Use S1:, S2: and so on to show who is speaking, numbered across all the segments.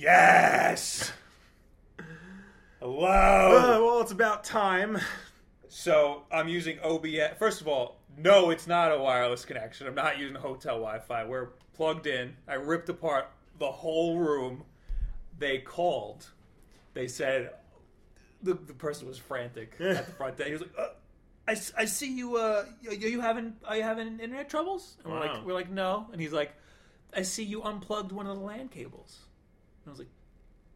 S1: Yes.
S2: Uh,
S1: Hello.
S2: well, it's about time.
S1: So I'm using OBS. First of all, no, it's not a wireless connection. I'm not using hotel Wi-Fi. We're plugged in. I ripped apart the whole room. They called. They said the, the person was frantic at the front desk. He was like, uh, I, s- I see you. Uh, are you having are you having internet troubles?" And we're
S2: Wow.
S1: like, "We're like no." And he's like, "I see you unplugged one of the LAN cables." And I was like,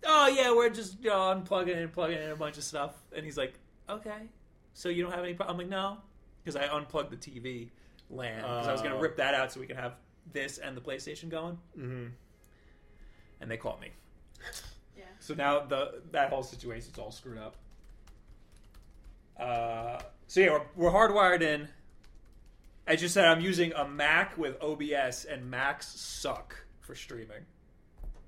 S1: "Oh yeah, we're just you know, unplugging and plugging in a bunch of stuff." And he's like, "Okay, so you don't have any problem?" I'm like, "No," because I unplugged the TV LAN because I was going
S2: Oh.
S1: to rip that out so we can have this and the PlayStation going.
S2: Mm-hmm.
S1: And they caught me.
S3: Yeah.
S1: So now the that whole situation's all screwed up. Uh, so yeah, we're, we're hardwired in. I just said I'm using a Mac with OBS, and Macs suck for streaming.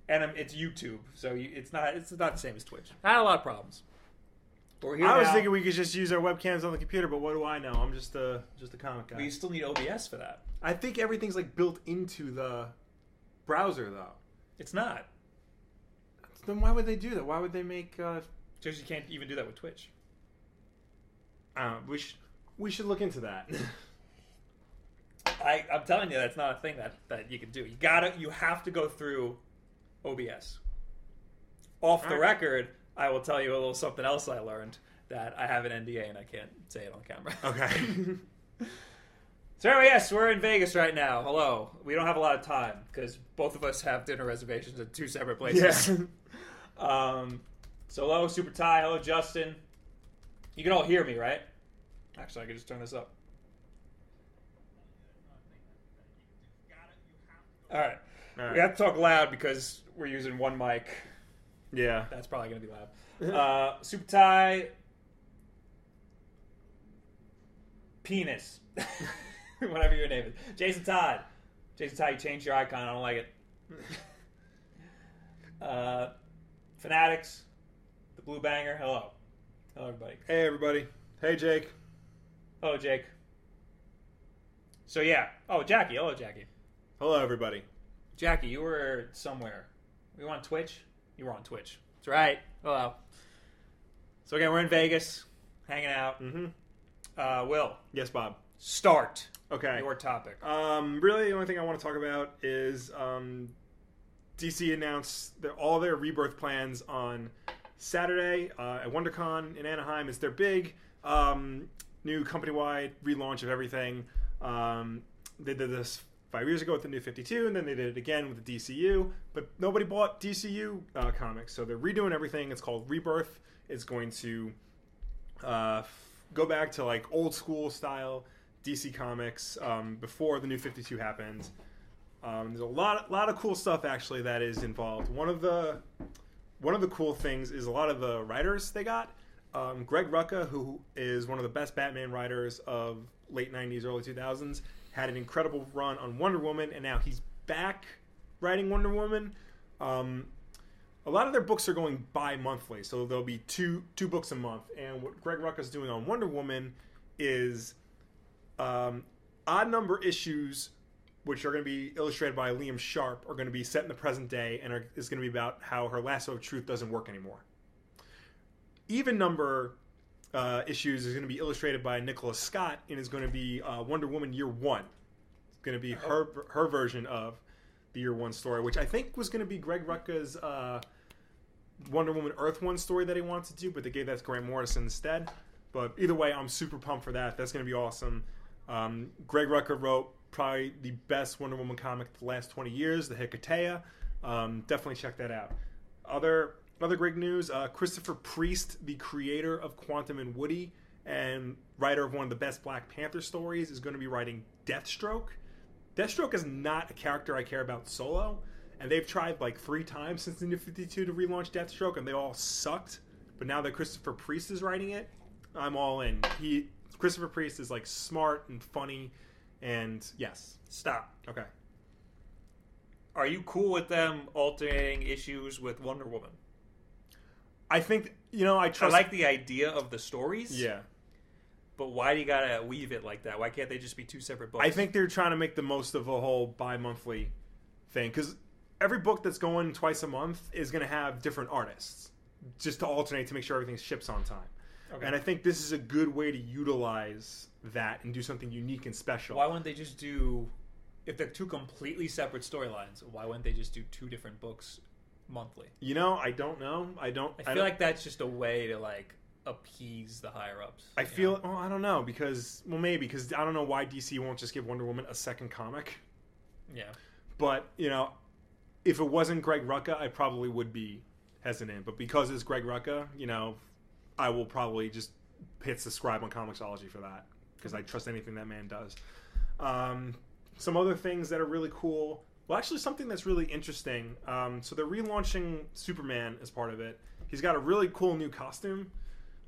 S1: And i it's YouTube, so you, it's not it's not the same as Twitch. I had a lot of problems. But we're here
S2: I was
S1: now.
S2: thinking we could just use our webcams on the computer, but what do I know? I'm just a just a comic guy.
S1: we still need OBS for that.
S2: I think everything's like built into the browser, though.
S1: It's not
S2: Then why would they do that? Why would they make? Uh,
S1: because you can't even do that with Twitch.
S2: uh, we should we should look into that.
S1: I, I'm telling you, that's not a thing that, that you can do. You gotta, you have to go through OBS. Off the
S2: Alright.
S1: record, I will tell you a little something else I learned that I have an NDA and I can't say it on camera.
S2: okay.
S1: so anyway, yes, we're in Vegas right now. Hello. We don't have a lot of time because both of us have dinner reservations at two separate places.
S2: yeah.
S1: Um, so hello, Super Ty. Hello, Justin. You can all hear me, right? Actually, I can just turn this up. All right. We
S2: All right.
S1: have to talk loud because we're using one mic.
S2: Yeah.
S1: That's probably going to be loud. Uh, super tie. Penis. Whatever your name is. Jason Todd. Jason Todd, you changed your icon. I don't like it. uh, Fanatics. The Blue Banger. Hello. Hello, everybody.
S2: Hey everybody. Hey Jake.
S1: Hello, Jake. So, yeah. Oh, Jackie. Hello, Jackie.
S2: Hello everybody.
S1: Jackie, you were somewhere. Were you on Twitch? You were on Twitch. That's right. Hello. So again, we're in Vegas, hanging out.
S2: Mm-hmm.
S1: Uh, Will,
S2: Yes, Bob.
S1: start
S2: Okay.
S1: your topic.
S2: Um, really, the only thing I want to talk about is um, DC announced that all their rebirth plans on Saturday uh, at WonderCon in Anaheim is their big um, new company-wide relaunch of everything. Um, they did this five years ago with the New Fifty Two, and then they did it again with the DCU. But nobody bought DCU uh, comics, so they're redoing everything. It's called Rebirth. It's going to uh, f- go back to like old school style DC comics um, before the New Fifty Two happened. Um, there's a lot, lot of cool stuff actually that is involved. One of the, one of the cool things is a lot of the writers they got. Um, Greg Rucka, who is one of the best Batman writers of late '90s, early 2000s, had an incredible run on Wonder Woman, and now he's back writing Wonder Woman. Um, a lot of their books are going bi-monthly so there'll be two two books a month and what greg rucka's doing on wonder woman is um, odd number issues which are going to be illustrated by liam sharp are going to be set in the present day and are, is going to be about how her lasso of truth doesn't work anymore even number uh, issues is going to be illustrated by nicholas scott and is going to be uh, wonder woman year one it's going to be her her version of the year one story which i think was going to be greg rucka's uh, Wonder Woman Earth One story that he wanted to do, but they gave that to Grant Morrison instead. But either way, I'm super pumped for that. That's going to be awesome. Um, Greg Rucker wrote probably the best Wonder Woman comic the last 20 years, the Hikatea. Um, definitely check that out. Other other great news: uh, Christopher Priest, the creator of Quantum and Woody, and writer of one of the best Black Panther stories, is going to be writing Deathstroke. Deathstroke is not a character I care about solo, and they've tried like three times since the New 52 to relaunch Deathstroke, and they all sucked. But now that Christopher Priest is writing it, I'm all in. He Christopher Priest is like smart and funny, and yes,
S1: Stop.
S2: okay.
S1: Are you cool with them alternating issues with Wonder Woman?
S2: I think you know I
S1: I
S2: trust.
S1: like the idea of the stories.
S2: yeah,
S1: But why do you gotta weave it like that? Why can't they just be two separate books?
S2: I think they're trying to make the most of a whole bi-monthly thing because every book that's going twice a month is going to have different artists just to alternate to make sure everything ships on time.
S1: Okay.
S2: And I think this is a good way to utilize that and do something unique and special.
S1: Why wouldn't they just do if they're two completely separate storylines? Why wouldn't they just do two different books monthly?
S2: You know, I don't know. I don't.
S1: I
S2: don't-
S1: feel like that's just a way to like appease the higher ups.
S2: I
S1: you
S2: feel.
S1: know?
S2: Well, I don't know because well, maybe because I don't know why DC won't just give Wonder Woman a second comic.
S1: yeah.
S2: But you know, if it wasn't Greg Rucka, I probably would be hesitant. But because it's Greg Rucka, you know, I will probably just hit subscribe on Comixology for that because I trust anything that man does. Um, some other things that are really cool. Well, actually, something that's really interesting. Um, so they're relaunching Superman as part of it. He's got a really cool new costume.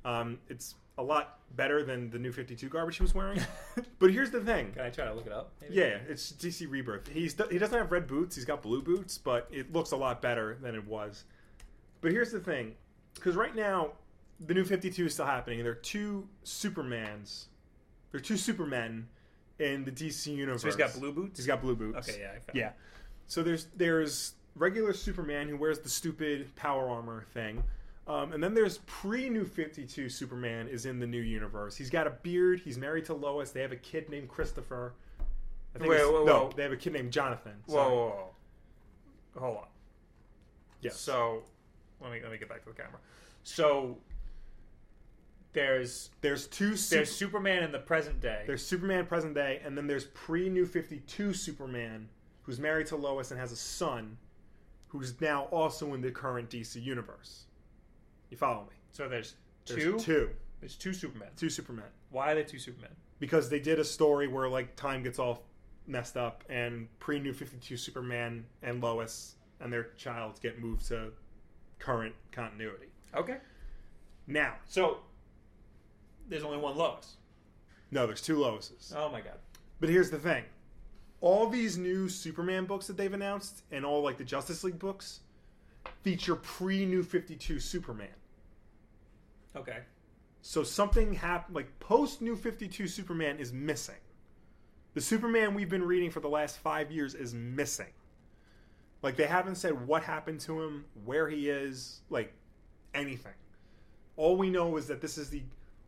S2: Um, it's a lot better than the new 52 garbage he was wearing. but here's the thing.
S1: Can I try to look it up? Maybe?
S2: Yeah, it's DC Rebirth. He's he doesn't have red boots. He's got blue boots, but it looks a lot better than it was. But here's the thing, because right now the New Fifty Two is still happening. and There are two Supermans. There are two Supermen in the DC universe.
S1: So he's got blue boots.
S2: He's got blue boots.
S1: Okay. Yeah. I found
S2: Yeah. So there's there's regular Superman who wears the stupid power armor thing. Um, and then there's pre New 52 Superman is in the new universe. He's got a beard. He's married to Lois. They have a kid named Christopher. I
S1: Wait,
S2: it's-
S1: whoa,
S2: no,
S1: whoa.
S2: they have a kid named Jonathan.
S1: Whoa,
S2: Sorry.
S1: whoa, whoa. Hold on.
S2: Yes.
S1: So let me let me get back to the camera. So there's
S2: there's two. Su-
S1: there's
S2: there's,
S1: Superman in the present day.
S2: Superman present day, and then there's pre New 52 Superman who's married to Lois and has a son, who's now also in the current DC universe. You follow me?
S1: so there's
S2: There's
S1: two.
S2: two,
S1: There's two Supermen.
S2: two Supermen.
S1: Why are there two Supermen?
S2: because they did a story where like time gets all messed up and pre New Fifty Two Superman and Lois and their child get moved to current continuity.
S1: Okay.
S2: Now,
S1: So there's only one Lois.
S2: no, there's two Loises.
S1: Oh my god.
S2: But here's the thing: all these new Superman books that they've announced and all like the Justice League books feature pre New Fifty Two Superman.
S1: Okay.
S2: So something happened, like post New 52 Superman is missing. The Superman we've been reading for the last five years is missing. Like, they haven't said what happened to him, where he is, like anything. All we know is that this is the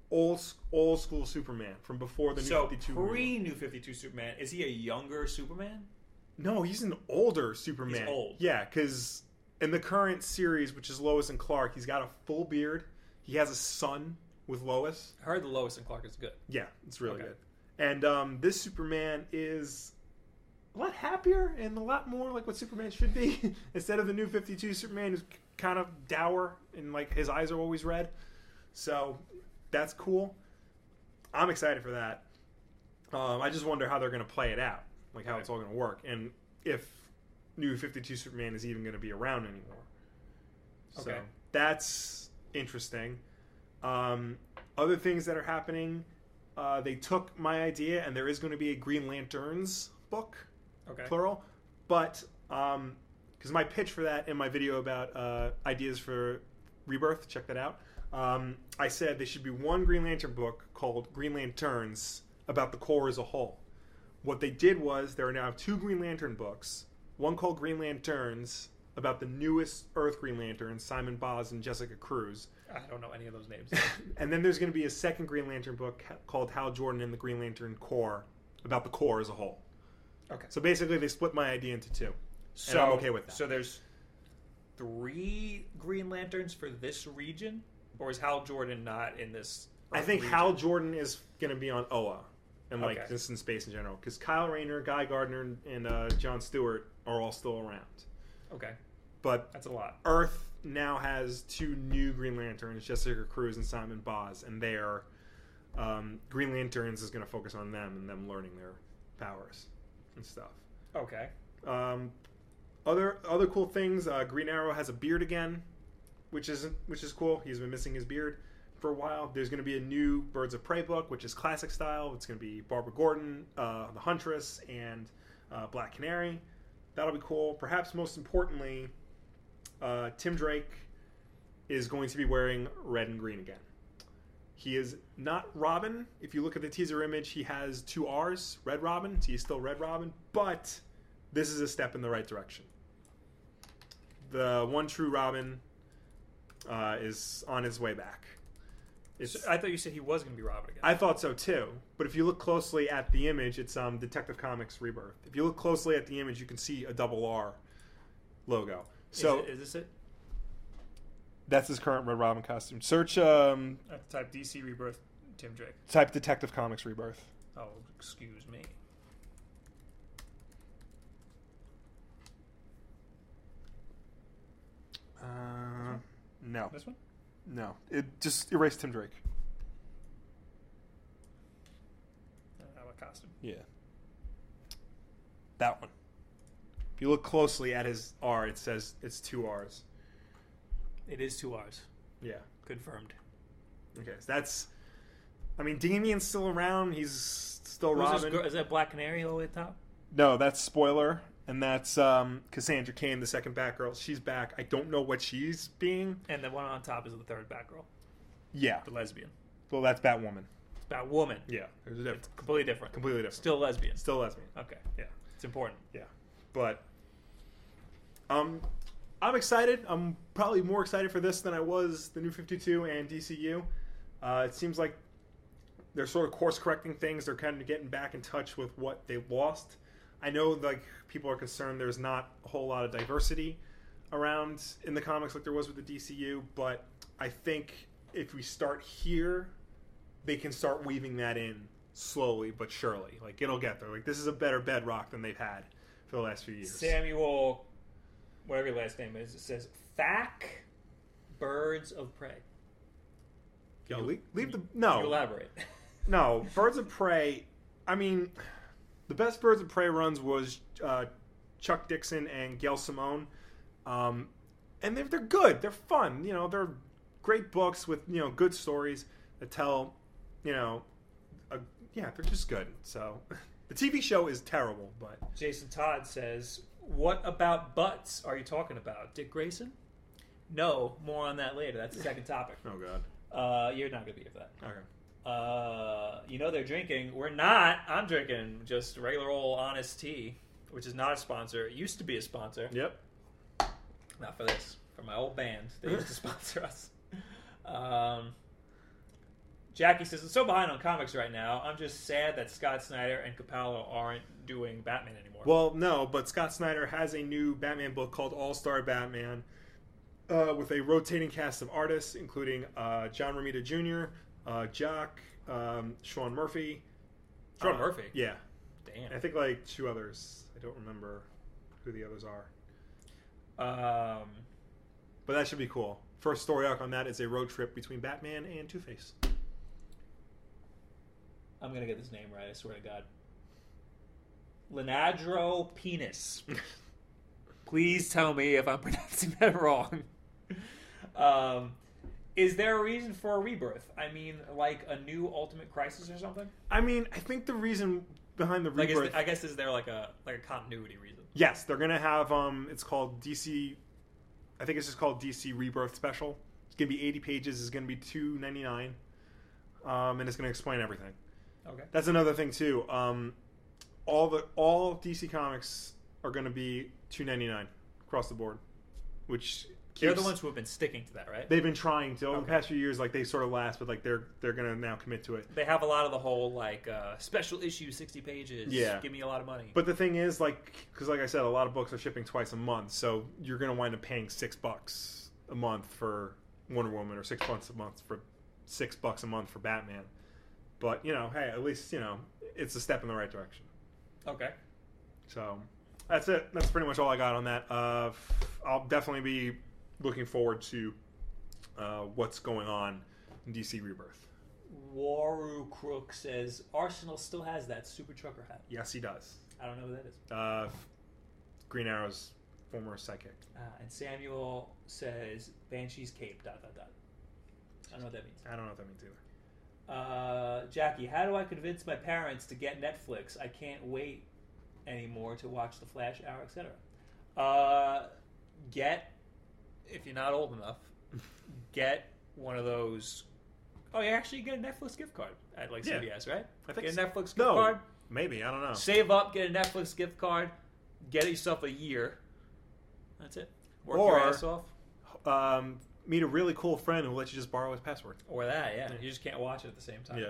S2: old, s- old school Superman from before the New
S1: So
S2: 52.
S1: pre New Fifty Two Superman is he a younger Superman?
S2: No, he's an older Superman.
S1: He's old.
S2: Yeah, because in the current series, which is Lois and Clark, he's got a full beard, he has a son with Lois.
S1: I heard the Lois and Clark is good.
S2: Yeah, it's really
S1: Okay.
S2: good. And um, this Superman is a lot happier and a lot more like what Superman should be. Instead of the new 52 Superman who's kind of dour and like his eyes are always red. So that's cool. I'm excited for that. Um, I just wonder how they're going to play it out, like how it's all going to work, and if new 52 Superman is even going to be around anymore. So
S1: Okay.
S2: that's interesting. Um, other things that are happening, uh, they took my idea, and there is going to be a Green Lanterns book,
S1: Okay.
S2: plural. But because my pitch for that in my video about uh, ideas for Rebirth, check that out. Um, I said there should be one Green Lantern book called Green Lanterns about the core as a whole. What they did was there are now two Green Lantern books, one called Green Lanterns about the newest Earth Green Lantern, Simon Boz and Jessica Cruz,
S1: I don't know any of those names.
S2: and then there's going to be a second Green Lantern book ca- called Hal Jordan and the Green Lantern Corps about the Corps as a whole.
S1: Okay.
S2: So basically, they split my idea into two.
S1: So
S2: I'm okay with that.
S1: So there's three Green Lanterns for this region, or is Hal Jordan not in this?
S2: I think
S1: region?
S2: Hal Jordan is going to be on OA and like
S1: Okay.
S2: just in space in general because Kyle Rayner, Guy Gardner, and- and uh, John Stewart are all still around.
S1: Okay,
S2: But
S1: that's a lot.
S2: Earth now has two new Green Lanterns, Jessica Cruz and Simon Boz, and their um, Green Lanterns is going to focus on them and them learning their powers and stuff.
S1: Okay.
S2: Um, other other cool things. Uh, Green Arrow has a beard again, which isn't which is cool. He's been missing his beard for a while. There's going to be a new Birds of Prey book, which is classic style. It's going to be Barbara Gordon, uh, the Huntress, and uh, Black Canary. That'll be cool. Perhaps most importantly, uh, Tim Drake is going to be wearing red and green again. He is not Robin. If you look at the teaser image, he has two R's, Red Robin, so he's still Red Robin, but this is a step in the right direction. the one true Robin uh, is on his way back. It's,
S1: I thought you said he was going to be Robin again.
S2: I thought so too. But if you look closely at the image, it's um, Detective Comics Rebirth. If you look closely at the image, you can see a double R logo. So
S1: is, it, is this it?
S2: that's his current Red Robin costume. Search, um,
S1: I have to type DC Rebirth Tim Drake.
S2: type Detective Comics Rebirth.
S1: Oh, excuse me.
S2: Uh, no,
S1: This one?
S2: no. It just erased Tim Drake.
S1: I don't have a costume.
S2: Yeah. That one. If you look closely at his R, it says it's two R's.
S1: It is two R's.
S2: Yeah.
S1: Confirmed.
S2: Okay. So that's. I mean, Damien's still around. He's still
S1: Who's this
S2: Oh, Robin.
S1: girl- Is that Black Canary all the way at the top?
S2: No, that's spoiler, and that's um, Cassandra Kane, the second Batgirl. She's back. I don't know what she's being.
S1: And the one on top is the third Batgirl,
S2: Yeah.
S1: the lesbian.
S2: Well, that's Batwoman.
S1: It's Batwoman.
S2: Yeah. There's a difference.
S1: Completely different.
S2: Completely different.
S1: Still lesbian.
S2: Still lesbian.
S1: Okay.
S2: Yeah.
S1: It's important.
S2: Yeah. But um, I'm excited. I'm probably more excited for this than I was the New 52 and DCU. Uh, it seems like they're sort of course correcting things. They're kind of getting back in touch with what they lost. I know like people are concerned there's not a whole lot of diversity around in the comics like there was with the DCU, but I think if we start here, they can start weaving that in slowly but surely. Like it'll get there. Like this is a better bedrock than they've had for the last few years.
S1: Samuel, whatever your last name is, it says Thack Birds of Prey.
S2: Yo, leave, leave the no.
S1: You elaborate.
S2: No, Birds of Prey. I mean, the best Birds of Prey runs was uh, Chuck Dixon and Gail Simone, um, and they're they're good. They're fun. You know, they're great books with you know good stories that tell. You know, a, yeah, they're just good. So, the TV show is terrible, but
S1: Jason Todd says, What about butts are you talking about? Dick Grayson? No, more on that later. That's the second topic.
S2: oh god,
S1: Uh, you're not going to be here for that.
S2: okay,
S1: Uh, you know they're drinking. We're not. I'm drinking just regular old honest tea, which is not a sponsor. It used to be a sponsor.
S2: yep.
S1: Not for this. For my old band. They used to sponsor us. Um, Jackie says, I'm so behind on comics right now. I'm just sad that Scott Snyder and Capallo aren't doing Batman anymore.
S2: Well, no, but Scott Snyder has a new Batman book called All Star Batman uh, with a rotating cast of artists, including uh, John Romita Jr., uh, Jock, um, Sean Murphy.
S1: Sean
S2: uh,
S1: Murphy?
S2: Yeah. And I
S1: Damn.
S2: think like two others. I don't remember who the others are.
S1: Um,
S2: But that should be cool. First story arc on that is a road trip between Batman and Two Face.
S1: I'm going to get this name right, I swear to God. Lenadro Penis. Please tell me if I'm pronouncing that wrong. Um, is there a reason for a rebirth? I mean, like a new Ultimate Crisis or something?
S2: I mean, I think the reason behind the
S1: Like,
S2: rebirth.
S1: is I guess is there like a like a continuity reason?
S2: Yes, they're gonna have um it's called DC I think it's just called DC Rebirth Special. It's gonna be eighty pages, it's gonna be two ninety nine. Um and it's gonna explain everything.
S1: Okay.
S2: That's another thing too. Um all the all DC comics are gonna be two ninety nine across the board. Which
S1: They're the
S2: keeps-
S1: ones who have been sticking to that, right? They,
S2: they've been trying to over
S1: Okay.
S2: the past few years, like they sort of last, but like they're they're gonna now commit to it.
S1: have a lot of the whole like uh, special issue, sixty pages.
S2: Yeah.
S1: Give me a lot of money.
S2: But the thing is, like, because like I said, a lot of books are shipping twice a month, so you're gonna wind up paying six bucks a month for Wonder Woman or six bucks a month for six bucks a month for Batman. But you know, hey, at least you know it's a step in the right direction.
S1: okay.
S2: So that's it. That's pretty much all I got on that. Uh, f- I'll definitely be looking forward to uh, what's going on in DC Rebirth.
S1: Waru Crook says Arsenal still has that super trucker hat.
S2: Yes, he does.
S1: I don't know who that is.
S2: Uh, Green Arrow's former psychic.
S1: Uh, and Samuel says Banshee's cape. Dot dot dot. I don't know what that means.
S2: I don't know what that means either.
S1: Uh, Jackie, how do I convince my parents to get Netflix? I can't wait anymore to watch The Flash Hour, etc. Uh, get, if you're not old enough, get one of those. Oh, you actually get a Netflix gift card at like
S2: Yeah.
S1: CVS, right?
S2: I think
S1: get a
S2: so.
S1: Netflix gift
S2: No, Oh.
S1: card.
S2: maybe I don't know.
S1: Save up, get a Netflix gift card, get yourself a year. That's it. Work
S2: Or-
S1: your ass off.
S2: Um, meet a really cool friend who will let you just borrow his password.
S1: Or that, yeah.
S2: Yeah.
S1: You just can't watch it at the same time.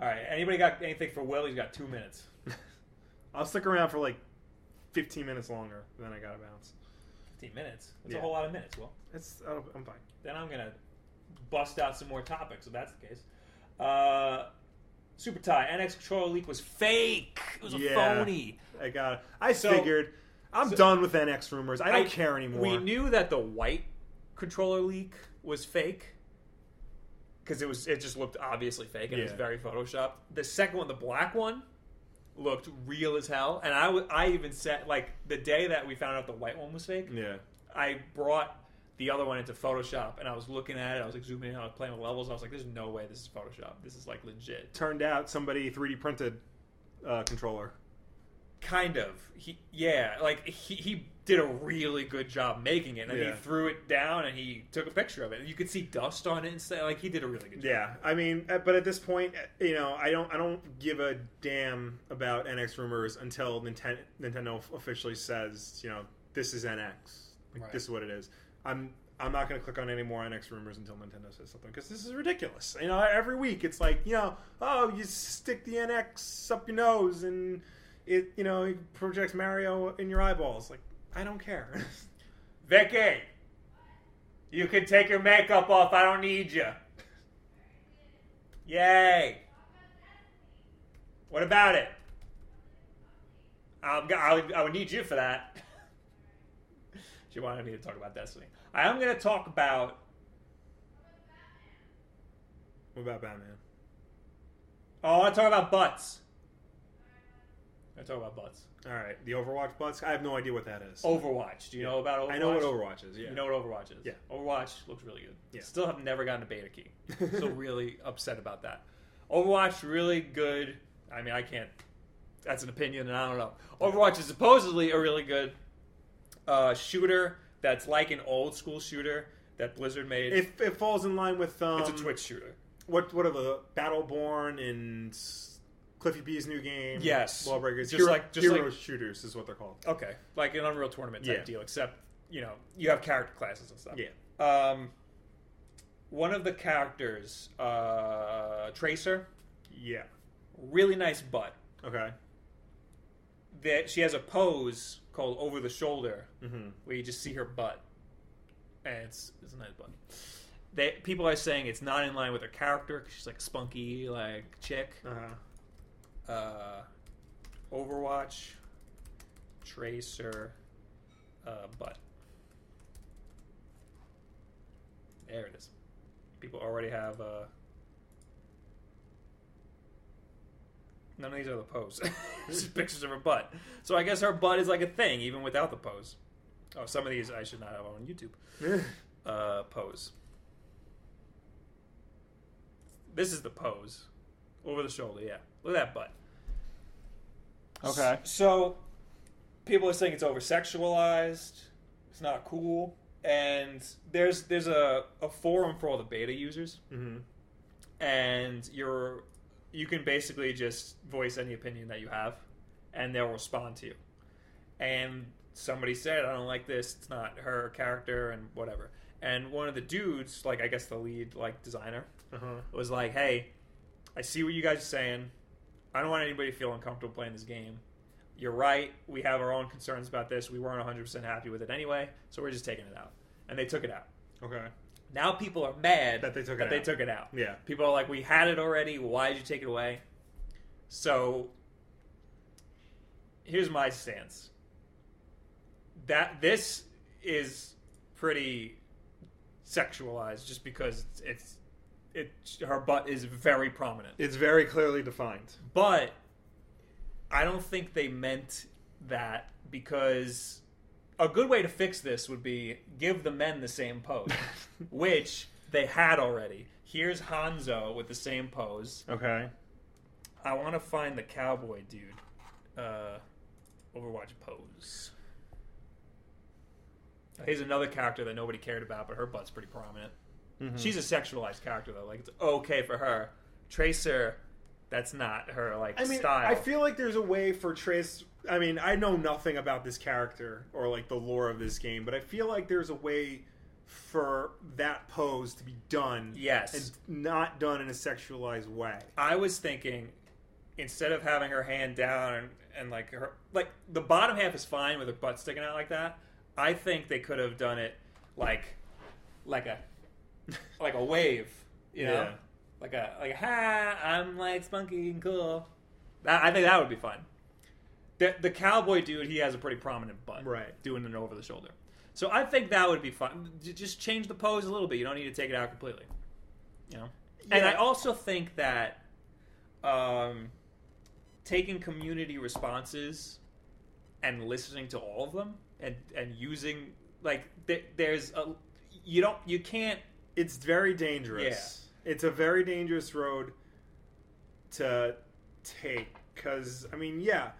S1: All right. Anybody got anything for Will? He's got two minutes.
S2: I'll stick around for like 15 minutes longer, then I gotta bounce.
S1: Fifteen minutes. That's a
S2: Yeah.
S1: whole lot of minutes. Will.
S2: It's, I don't- I'm fine.
S1: then I'm gonna bust out some more topics. If that's the case, uh, Super Tie NX controller leak was fake. It was
S2: Yeah.
S1: a phony.
S2: I got. I
S1: So-
S2: figured. I'm
S1: so-
S2: done with NX rumors. I don't care anymore.
S1: We knew that the white controller leak was fake because it was it just looked obviously fake and it was
S2: Yeah.
S1: very photoshopped. The second one, the black one, looked real as hell. And I wa- I even said like the day that we found out the white one was fake,
S2: Yeah.
S1: I brought the other one into Photoshop and I was looking at it. I was like zooming in. I was playing with levels. And I was like, "There's no way this is Photoshop. This is like legit."
S2: Turned out somebody 3D printed uh, controller.
S1: Kind of. He, yeah, like he, he did a really good job making it. And he
S2: Yeah.
S1: threw it down and he took a picture of it. And you could see dust on it and stuff. Like he did a really good job.
S2: Yeah, I mean, uh, but at this point, uh, you know, I don't, I don't give a damn about NX rumors until Nintendo, Nintendo officially says, you know, this is NX. Like,
S1: Right.
S2: This is what it is. I'm, I'm not going to click on any more NX rumors until Nintendo says something because this is ridiculous. You know, every week it's like, you know, oh, you stick the NX up your nose and it, you know, it projects Mario in your eyeballs. Like, I don't care.
S1: Vicky, you can take your makeup off. I don't need you. Yay. What about it? I'm, go- I, would, I would need you for that. she wanted me to talk about Destiny. I am going to talk about.
S2: what about Batman?
S1: Oh, I want to talk about butts. I talk about butts.
S2: All right, the Overwatch bots. I have no idea what that is.
S1: Overwatch. Do you know about Overwatch?
S2: I Oh, know what Overwatch is. Yeah.
S1: You know what Overwatch is?
S2: Yeah.
S1: Overwatch looks really good.
S2: Yeah.
S1: Still have never gotten a beta key. Still really upset about that. Overwatch really good. I mean, I can't. That's an opinion, and I don't know. Overwatch is supposedly a really good uh, shooter that's like an old school shooter that Blizzard made.
S2: It, it falls in line with um,
S1: it's a Twitch shooter.
S2: What what are the Battleborn and Cliffy B's new game?
S1: Yes.
S2: Lawbreakers.
S1: Just
S2: Hero,
S1: like- just
S2: hero
S1: like-
S2: shooters is what they're called.
S1: Okay, like an Unreal Tournament type
S2: Yeah.
S1: deal, except you know you have character classes and stuff.
S2: Yeah.
S1: Um, one of the characters, uh, Tracer,
S2: Yeah.
S1: really nice butt.
S2: Okay.
S1: that she has a pose called over the shoulder
S2: Mm-hmm.
S1: where you just see her butt and it's, it's a nice butt they, people are saying it's not in line with her character 'cause she's like a spunky like chick
S2: Uh-huh.
S1: uh, overwatch tracer uh, butt there it is people already have uh... none of these are the pose just pictures of her butt so i guess her butt is like a thing even without the pose oh some of these i should not have on youtube uh, pose this is the pose over the shoulder yeah look at that butt S- so people are saying it's over sexualized. It's not cool. And there's there's a, a forum for all the beta users
S2: Mm-hmm.
S1: and you're you can basically just voice any opinion that you have and they'll respond to you. And somebody said, I don't like this, it's not her character and whatever. And one of the dudes, like I guess the lead like designer,
S2: Uh-huh.
S1: was like, "Hey, I see what you guys are saying. I don't want anybody to feel uncomfortable playing this game. You're right. We have our own concerns about this. We weren't 100% happy with it anyway, so we're just taking it out." And they took it out.
S2: Okay.
S1: Now people are mad
S2: That they took it
S1: They
S2: out.
S1: took it out.
S2: Yeah.
S1: People are like, "We had it already. Why did you take it away?" So here's my stance. That this is pretty sexualized just because it's it her butt is very prominent.
S2: It's very clearly defined.
S1: But I don't think they meant that because a good way to fix this would be give the men the same pose, which they had already. Here's Hanzo with the same pose.
S2: Okay.
S1: I want to find the cowboy dude. Uh, Overwatch pose. Here's another character that nobody cared about, but her butt's pretty
S2: Mm-hmm. Hmm.
S1: prominent. She's a sexualized character though. Like it's okay for her. Tracer That's not her like
S2: I mean,
S1: style.
S2: I feel like there's a way for Trace. I mean, I know nothing about this character or like the lore of this game, but I feel like there's a way for that pose to be done.
S1: Yes.
S2: And not done in a sexualized way.
S1: I was thinking instead of having her hand down and, and like her like the bottom half is fine with her butt sticking out like that. I think they could have done it like like a like a wave, you know,
S2: Yeah.
S1: like a like ha. I'm like spunky and cool. That, I think that would be fun. The, the cowboy dude, he has a pretty prominent butt,
S2: Right.
S1: Doing an over the shoulder, so I think that would be fun. J- Just change the pose a little bit. You don't need to take it out completely, you know. And
S2: Yeah.
S1: I also think that um, taking community responses and listening to all of them and and using like th- there's a you don't you can't
S2: It's very dangerous. It's a very dangerous road to take because I mean, yeah,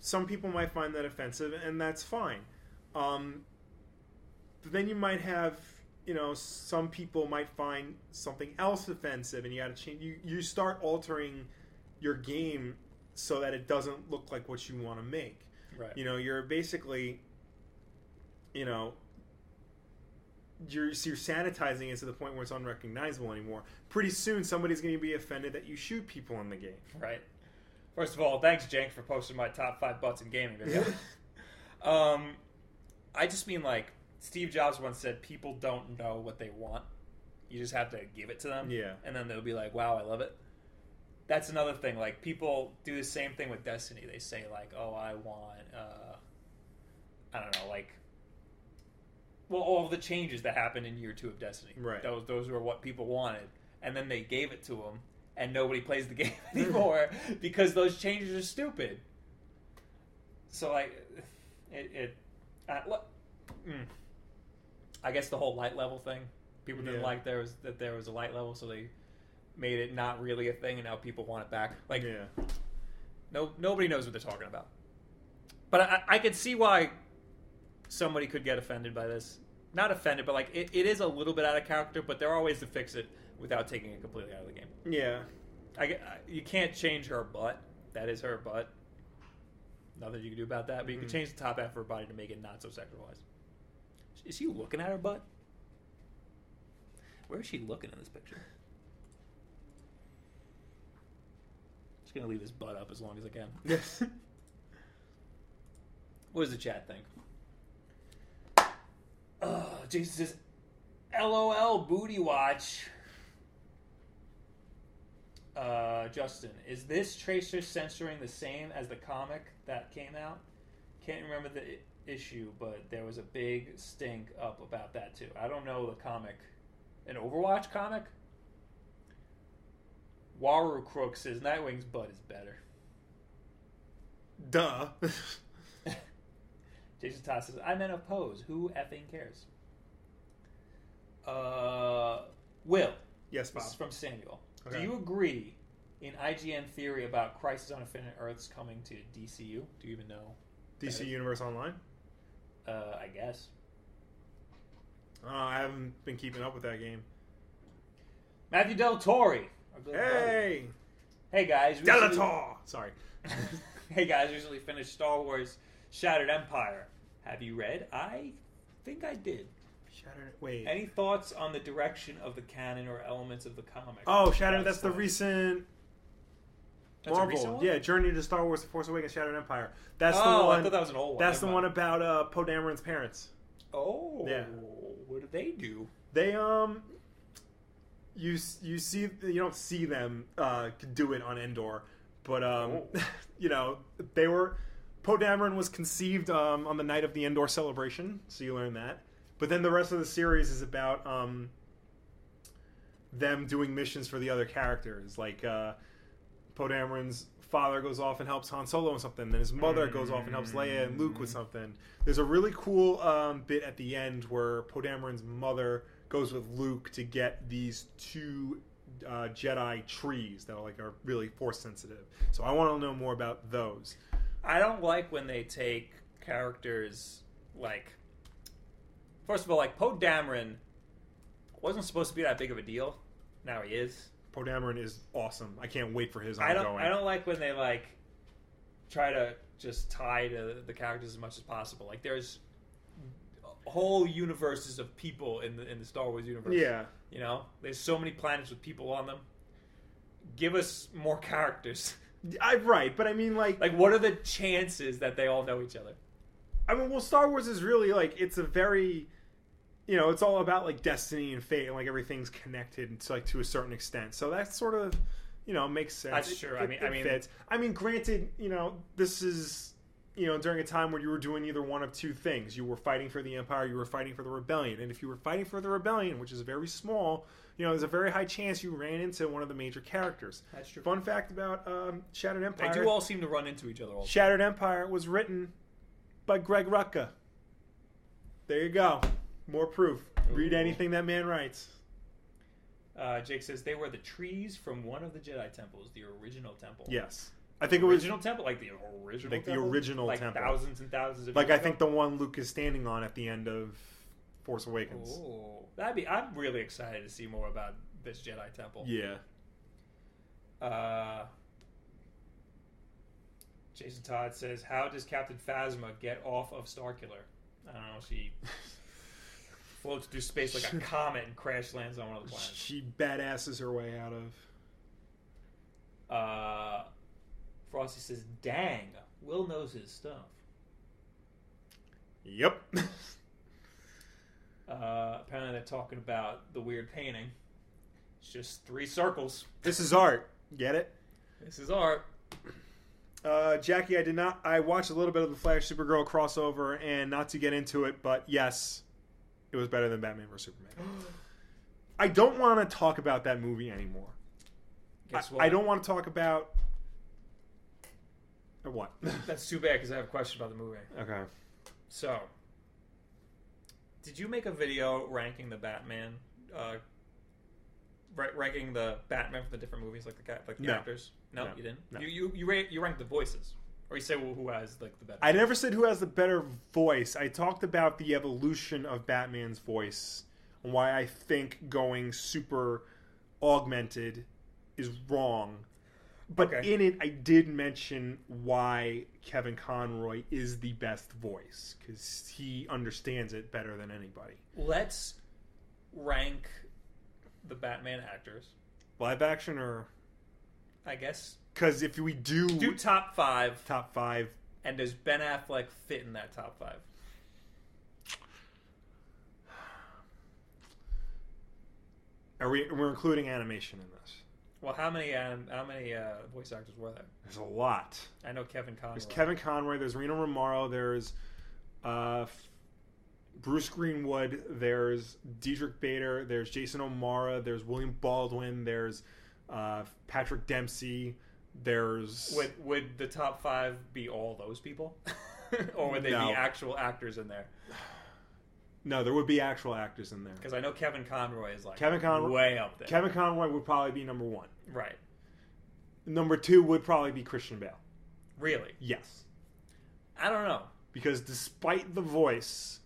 S2: some people might find that offensive, and that's fine. Um, but then you might have, you know, some people might find something else offensive, and you got to change. You you start altering your game so that it doesn't look like what you want to make.
S1: right
S2: You know, you're basically, you know, you're so you're sanitizing it to the point where it's unrecognizable anymore. Pretty soon, somebody's going to be offended that you shoot people in the game.
S1: right first of all thanks jank for posting my top five butts in gaming video um i just mean like steve jobs once said people don't know what they want you just have to give it to them
S2: Yeah.
S1: and then they'll be like wow i love it that's another thing like people do the same thing with destiny they say like oh i want uh i don't know like well all the changes that happened in year two of destiny
S2: Right.
S1: those those were what people wanted and then they gave it to them and nobody plays the game anymore because those changes are stupid so like it, it uh, what mm. i guess the whole light level thing people didn't
S2: Yeah.
S1: like there was that there was a light level so they made it not really a thing and now people want it back like
S2: yeah,
S1: no nobody knows what they're talking about but i i could see why somebody could get offended by this not offended but like it, it is a little bit out of character but there are ways to fix it without taking it completely out of the game
S2: yeah.
S1: I, get- I- you can't change her butt. That is her butt. Nothing you can do about that. But you can
S2: Mhm.
S1: change the top half of her body to make it not so sexualized. Is she looking at her butt? Where is she looking in this picture? Just gonna leave this butt up as long as I can.
S2: Yes.
S1: What does the chat think? Oh, Jesus says, LOL booty watch. Uh, Justin, is this Tracer censoring the same as the comic that came out? Can't remember the i- issue, but there was a big stink up about that too. I don't know the comic. An Overwatch comic? Waru Crook says Nightwing's butt is better.
S2: Duh.
S1: Jason Todd says, I meant oppose. Who effing cares? Uh, Will,
S2: yes, Bob.
S1: this is from Samuel.
S2: Okay.
S1: Do you agree in IGN theory about Crisis on Infinite Earths coming to DCU? Do you even know?
S2: DC Universe Online.
S1: Uh, I guess.
S2: I don't know, Uh, I haven't been keeping up with that game.
S1: Matthew Del Torre. our good buddy.
S2: Hey,
S1: Hey, guys. we should-
S2: Delator. Sorry.
S1: hey guys, recently finished Star Wars Shattered Empire. Have you read? I think I did.
S2: Shattered. Wait.
S1: Any thoughts on the direction of the canon or elements of the comic?
S2: Oh, Shattered. That's the
S1: Outside.
S2: recent
S1: That's a
S2: Marvel.
S1: recent one?
S2: Yeah, Journey to Star Wars: The Force Awakens, Shattered Empire. That's
S1: oh,
S2: the one.
S1: I thought that was an old one.
S2: That's the
S1: Never
S2: one
S1: mind.
S2: about uh, Poe Dameron's parents.
S1: Oh,
S2: Yeah.
S1: What do they do?
S2: They um, you s- you see you don't see them uh, do it on Endor, but um,
S1: Oh.
S2: you know they were Poe Dameron was conceived um, on the night of the Endor celebration, so you learn that. But then the rest of the series is about um, them doing missions for the other characters, like uh, Poe Dameron's father goes off and helps Han Solo with something, then his mother goes off and helps Leia and Luke with something. There's a really cool um, bit at the end where Poe Dameron's mother goes with Luke to get these two uh, Jedi trees that are like are really force sensitive. So I want to know more about those.
S1: I don't like when they take characters like. First of all, like Poe Dameron wasn't supposed to be that big of a deal. Now he is.
S2: Poe Dameron is awesome. I can't wait for his
S1: I
S2: ongoing.
S1: don't. I don't like when they like try to just tie to the characters as much as possible. Like there's whole universes of people in the in the Star Wars universe.
S2: Yeah,
S1: You know, there's so many planets with people on them. Give us more characters.
S2: I right, but I mean, like,
S1: Like, what are the chances that they all know each other?
S2: I mean, well, Star Wars is really like it's a very, you know, it's all about like destiny and fate, and like everything's connected, and it's like to a certain extent. So that sort of, you know, makes sense.
S1: That's
S2: It-
S1: true.
S2: It,
S1: I mean-
S2: it
S1: I mean-
S2: fits. I mean, granted, you know, this is, you know, during a time where you were doing either one of two things: you were fighting for the Empire, you were fighting for the Rebellion, and if you were fighting for the Rebellion, which is very small, you know, there's a very high chance you ran into one of the major characters.
S1: That's true.
S2: Fun fact about um, Shattered
S1: They
S2: Empire:
S1: do all seem to run into each other all the time.
S2: Shattered Empire was written by Greg Rucka. There you go. More proof. Read
S1: Ooh.
S2: anything that man writes.
S1: Uh, Jake says they were the trees from one of the Jedi temples, the original temple.
S2: Yes. I think it was
S1: original temple, like the original,
S2: Like the
S1: temple?
S2: original
S1: like
S2: temple.
S1: thousands and thousands of
S2: like
S1: years
S2: I think the one Luke is standing on at the end of Force
S1: ago?
S2: Awakens.
S1: Ooh. that'd be. I'm really excited to see more about this Jedi temple.
S2: Yeah.
S1: Uh, Jason Todd says, "How does Captain Phasma get off of Starkiller?" I don't know. She floats through space like a comet and crash lands on one of the planets.
S2: She badasses her way out of.
S1: Uh, Frosty says, "Dang, Will knows his stuff."
S2: Yep.
S1: Uh, apparently, they're talking about the weird painting. It's just three circles.
S2: this is art. Get it?
S1: This is art.
S2: Uh, Jackie, I did not. I watched a little bit of the Flash Supergirl crossover, and not to get into it, but yes, it was better than Batman vs Superman. I don't want to talk about that movie anymore.
S1: Guess
S2: I,
S1: what?
S2: I don't want to talk about. Or what?
S1: That's too bad because I have a question about the movie.
S2: okay.
S1: So, did you make a video ranking the Batman, uh, ra- ranking the Batman from the different movies, like the ca- like the
S2: No.
S1: actors? No,
S2: No.
S1: you didn't.
S2: No.
S1: You you you, ra- you ranked the voices, or you say well, who has like the better.
S2: I never said who has the better voice. I talked about the evolution of Batman's voice and why I think going super augmented is wrong. But
S1: Okay.
S2: in it, I did mention why Kevin Conroy is the best voice because he understands it better than anybody.
S1: Let's rank the Batman actors.
S2: Live action or
S1: I guess
S2: because if we do,
S1: do top five,
S2: top five,
S1: and does Ben Affleck fit in that top five?
S2: are we? We're including animation in this.
S1: Well, how many um, how many uh, voice actors were there?
S2: There's a lot.
S1: I know Kevin Conroy.
S2: There's Kevin Conroy. There's Reno Romaro. There's uh, f- Bruce Greenwood. There's Diedrich Bader. There's Jason O'Mara. There's William Baldwin. There's uh, Patrick Dempsey. There's
S1: Would would the top five be all those people, or would they
S2: No.
S1: be actual actors in there?
S2: no, there would be actual actors in there.
S1: Because I know Kevin Conroy is like
S2: Kevin Conroy-
S1: way up there,
S2: Kevin Conroy would probably be number one.
S1: right?
S2: Number two would probably be Christian Bale.
S1: Really,
S2: Yes,
S1: I don't know.
S2: because despite the voice,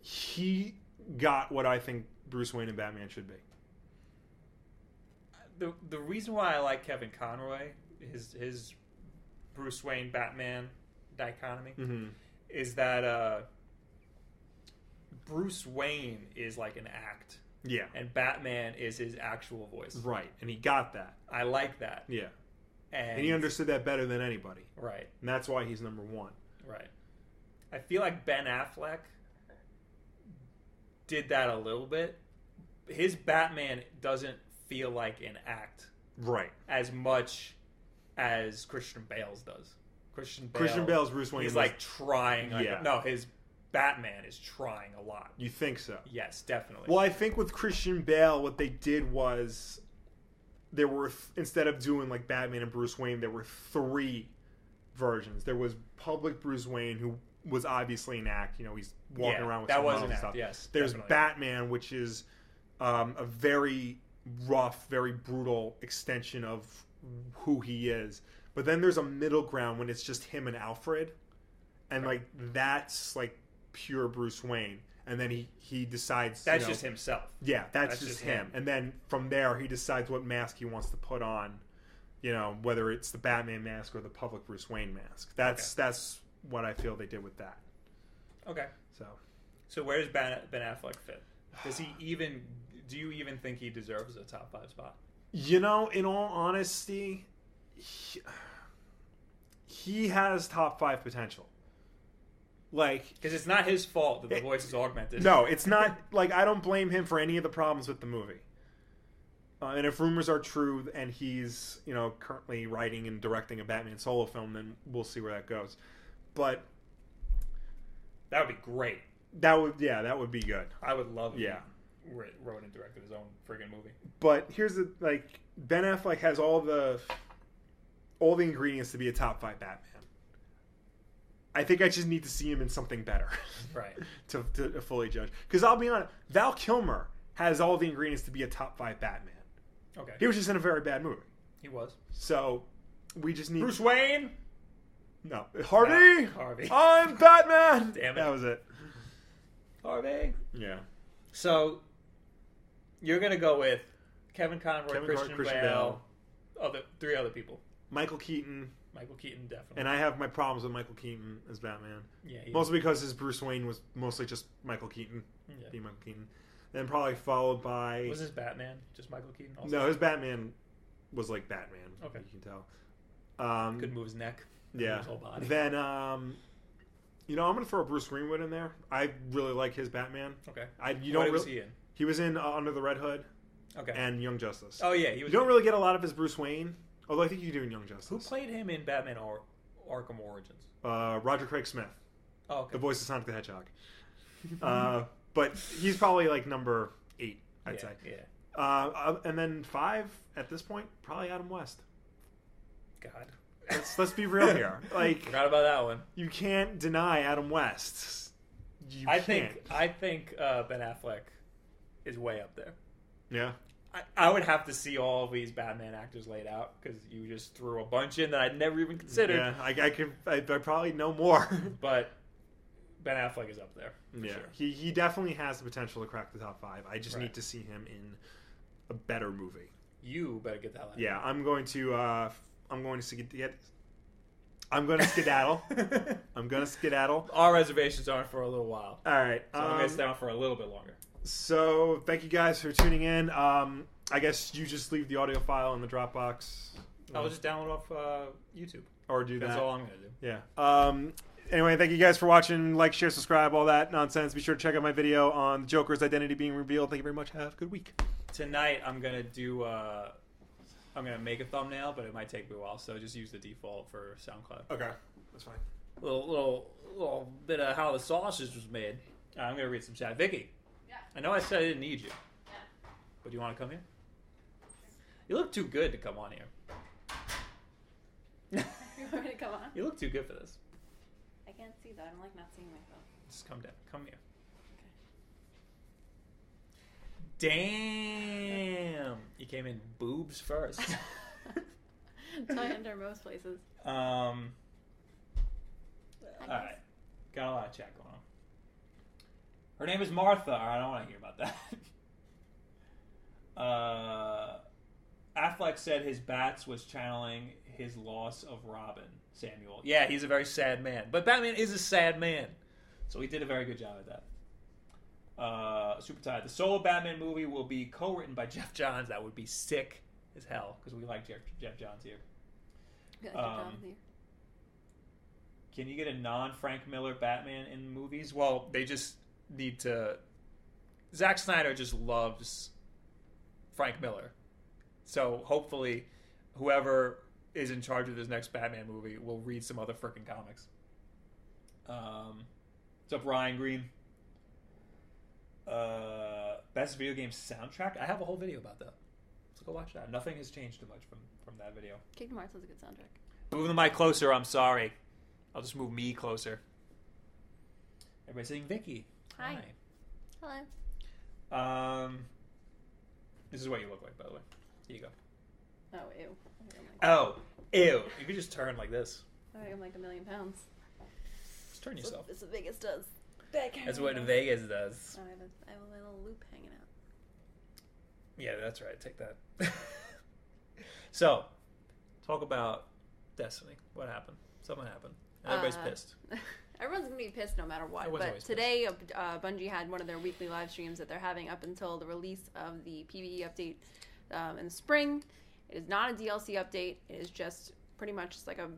S2: he got what I think Bruce Wayne and Batman should be.
S1: the The reason why I like Kevin Conroy, his his Bruce Wayne Batman dichotomy,
S2: Mm-hmm.
S1: is that uh, Bruce Wayne is like an act,
S2: Yeah,
S1: and Batman is his actual voice.
S2: right, and he got that.
S1: I like that,
S2: Yeah.
S1: and,
S2: And he understood that better than anybody.
S1: right.
S2: And that's why he's number one.
S1: Right. I feel like Ben Affleck did that a little bit. His Batman doesn't feel like an act
S2: Right.
S1: as much as Christian Bale's does. Christian Bale,
S2: Christian Bale's Bruce Wayne.
S1: he's
S2: was-
S1: like trying. Like,
S2: Yeah.
S1: No, his Batman is trying a lot.
S2: you think so?
S1: Yes, definitely.
S2: Well, I think with Christian Bale, what they did was there were th- instead of doing like Batman and Bruce Wayne, there were three versions. There was public Bruce Wayne, who was obviously an act. You know, he's walking
S1: Yeah,
S2: around with
S1: that
S2: some
S1: was
S2: model
S1: an
S2: and
S1: act,
S2: stuff.
S1: yes,
S2: There's
S1: definitely.
S2: Batman, which is um, a very rough, very brutal extension of who he is. But then there's a middle ground when it's just him and Alfred, and like that's like pure Bruce Wayne. and then he he decides. you
S1: That's
S2: know-
S1: just himself.
S2: Yeah, that's,
S1: That's
S2: just,
S1: just
S2: him.
S1: him.
S2: And then from there, he decides what mask he wants to put on. You know, whether it's the Batman mask or the public Bruce Wayne mask. That's that's what I feel they did with that.
S1: Okay.
S2: So
S1: So where does Ben, ben Affleck fit? Does he even? Do you even think he deserves a top five spot?
S2: you know, in all honesty, he, he has top five potential. Like
S1: Because it's not his fault that the
S2: It-
S1: voice is augmented.
S2: No, it's not. Like I don't blame him for any of the problems with the movie. Uh, and if rumors are true, and he's you know currently writing and directing a Batman solo film, then we'll see where that goes. But
S1: that would be great.
S2: that would yeah, that would be good.
S1: I would love. if he
S2: Yeah.
S1: wr- wrote and directed his own friggin' movie.
S2: But here's the like Ben Affleck has all the all the ingredients to be a top five Batman. I think I just need to see him in something better.
S1: Right.
S2: to, to fully judge, because I'll be honest, Val Kilmer has all the ingredients to be a top five Batman.
S1: Okay.
S2: He was just in a very bad movie.
S1: He was
S2: So we just need
S1: Bruce Wayne.
S2: no Harvey.
S1: Yeah, Harvey.
S2: I'm Batman.
S1: Damn it.
S2: That was it.
S1: Harvey.
S2: Yeah.
S1: So you're gonna go with Kevin Conroy,
S2: Kevin
S1: Christian,
S2: Conroy, Christian
S1: Bale, other three other people.
S2: Michael Keaton,
S1: Michael Keaton definitely.
S2: and I have my problems with Michael Keaton as Batman,
S1: yeah. He,
S2: mostly because his Bruce Wayne was mostly just Michael Keaton,
S1: yeah.
S2: being Michael Keaton. Then probably followed by
S1: Was his Batman just Michael Keaton? Also?
S2: no, his Batman was like Batman.
S1: Okay.
S2: you can tell. Um,
S1: Couldn't move his neck. couldn't move
S2: yeah.
S1: His whole body.
S2: Then um, you know I'm gonna throw Bruce Greenwood in there. I really like his Batman.
S1: okay.
S2: I you
S1: what
S2: don't
S1: was
S2: really-
S1: he in?
S2: he was in uh, Under the Red Hood
S1: Okay.
S2: and Young Justice.
S1: oh yeah, he
S2: You
S1: was.
S2: don't really get a lot of his Bruce Wayne, although I think you do in Young Justice.
S1: Who played him in Batman or Arkham Origins?
S2: Uh, Roger Craig Smith,
S1: Oh, okay.
S2: the voice of Sonic the Hedgehog. Uh, but he's probably like number eight, I'd
S1: yeah,
S2: say.
S1: Yeah.
S2: Uh, Uh, and then five at this point, probably Adam West.
S1: God.
S2: Let's let's be real here. Like
S1: Forgot about that one.
S2: you can't deny Adam West. You
S1: I
S2: can't.
S1: think I think uh, Ben Affleck is way up there.
S2: yeah.
S1: I, I would have to see all of these Batman actors laid out because you just threw a bunch in that I'd never even considered.
S2: Yeah, I, I could. I, I probably know more.
S1: But Ben Affleck is up there. For
S2: yeah,
S1: Sure.
S2: he he definitely has the potential to crack the top five. I just
S1: Right.
S2: need to see him in a better movie.
S1: You better get the hell out.
S2: Yeah, I'm going to. Uh, I'm going to skid- get. I'm going to skedaddle. I'm going to skedaddle.
S1: Our reservations aren't for a little while.
S2: All right.
S1: So I'm gonna
S2: um,
S1: stay on for a little bit longer.
S2: so thank you guys for tuning in. Um, I guess you just leave the audio file in the Dropbox.
S1: I'll just download off uh, YouTube.
S2: or do
S1: That's
S2: that.
S1: all I'm gonna do.
S2: Yeah. Um, anyway, thank you guys for watching. Like, share, subscribe, all that nonsense. Be sure to check out my video on the Joker's identity being revealed. Thank you very much. Have a good week.
S1: Tonight I'm gonna do. Uh, I'm gonna make a thumbnail, but it might take me a while. So just use the default for SoundCloud.
S2: Okay, that's fine.
S1: little little little bit of how the sausage was made. Uh, I'm gonna read some chat. Vicky,
S3: Yeah.
S1: I know I said I didn't need you,
S3: Yeah.
S1: but do you want to come here? You look too good to come on here.
S3: You want me to come on?
S1: you look too good for this.
S3: I can't see though. I'm like not seeing myself.
S1: Just come down. Come here.
S3: Okay.
S1: Damn, you came in boobs first.
S3: Tie under most places.
S1: um,
S3: I
S1: all
S3: guess.
S1: right, got a lot of chat going on. Her name is Martha. All right, I don't want to hear about that. uh, Affleck said his bats was channeling his loss of Robin Samuel. Yeah, he's a very sad man, but Batman is a sad man, so he did a very good job at that. Uh, super tired. The solo Batman movie will be co-written by Jeff Johns. That would be sick as hell because we like Jeff, Jeff Johns here.
S3: Good job
S1: um,
S3: with you.
S1: Can you get a non Frank Miller Batman in movies? Well, they just need to. Zack Snyder just loves Frank Miller. So hopefully, whoever is in charge of this next Batman movie will read some other freaking comics. Um, what's up, Ryan Green? Uh, best video game soundtrack? I have a whole video about that. So go watch that. Nothing has changed too much from, from that video.
S3: Kingdom Hearts has a good soundtrack.
S1: Move the mic closer. I'm sorry. I'll just move me closer. Everybody saying Vicky.
S3: Hi. Hello.
S1: Hi. Um, this is what you look like, by the way. Here you go.
S3: Oh ew. I think
S4: Uh,
S3: I'm like, oh,
S1: Oh, ew. You could just turn like this.
S3: I think I'm like a million pounds.
S1: Just turn
S3: It's, the-
S1: yourself.
S3: it's the biggest does. That kind
S4: That's
S3: of
S4: what
S3: thing.
S4: Vegas does.
S3: Oh, I have a, I have a little loop hanging out.
S1: Yeah, that's right. Take that. so, talk about Destiny. What happened? Something happened. And Everybody's
S3: Uh,
S1: pissed.
S3: Everyone's gonna be pissed no matter what.
S1: Everyone's
S3: But
S1: always
S3: today, uh, Bungie had one of their weekly live streams that they're having up until the release of the PVE update um, in the spring. It is not a DLC update. It is just pretty much just like a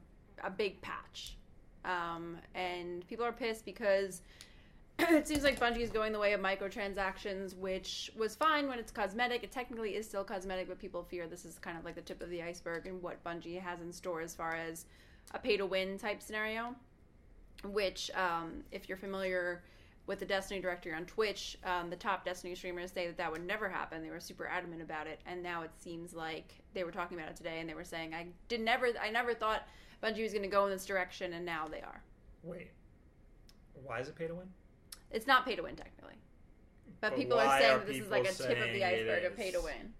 S3: a big patch, um, and people are pissed because. It seems like Bungie is going the way of microtransactions, which was fine when it's cosmetic. It technically is still cosmetic, but people fear this is kind of like the tip of the iceberg and what Bungie has in store as far as a pay to win type scenario which um, if you're familiar with the destiny directory on twitch um, the top destiny streamers say that that would never happen they were super adamant about it and now it seems like they were talking about it today and they were saying i did never i never thought bungie was going to go in this direction and now they are
S1: Wait. Why is it pay to win?
S3: it's not pay to win technically but,
S1: But
S3: people are
S1: why
S3: saying
S1: are
S3: that this is like a
S1: people
S3: tip of
S1: saying
S3: the
S1: it
S3: iceberg of pay to
S1: is?
S3: win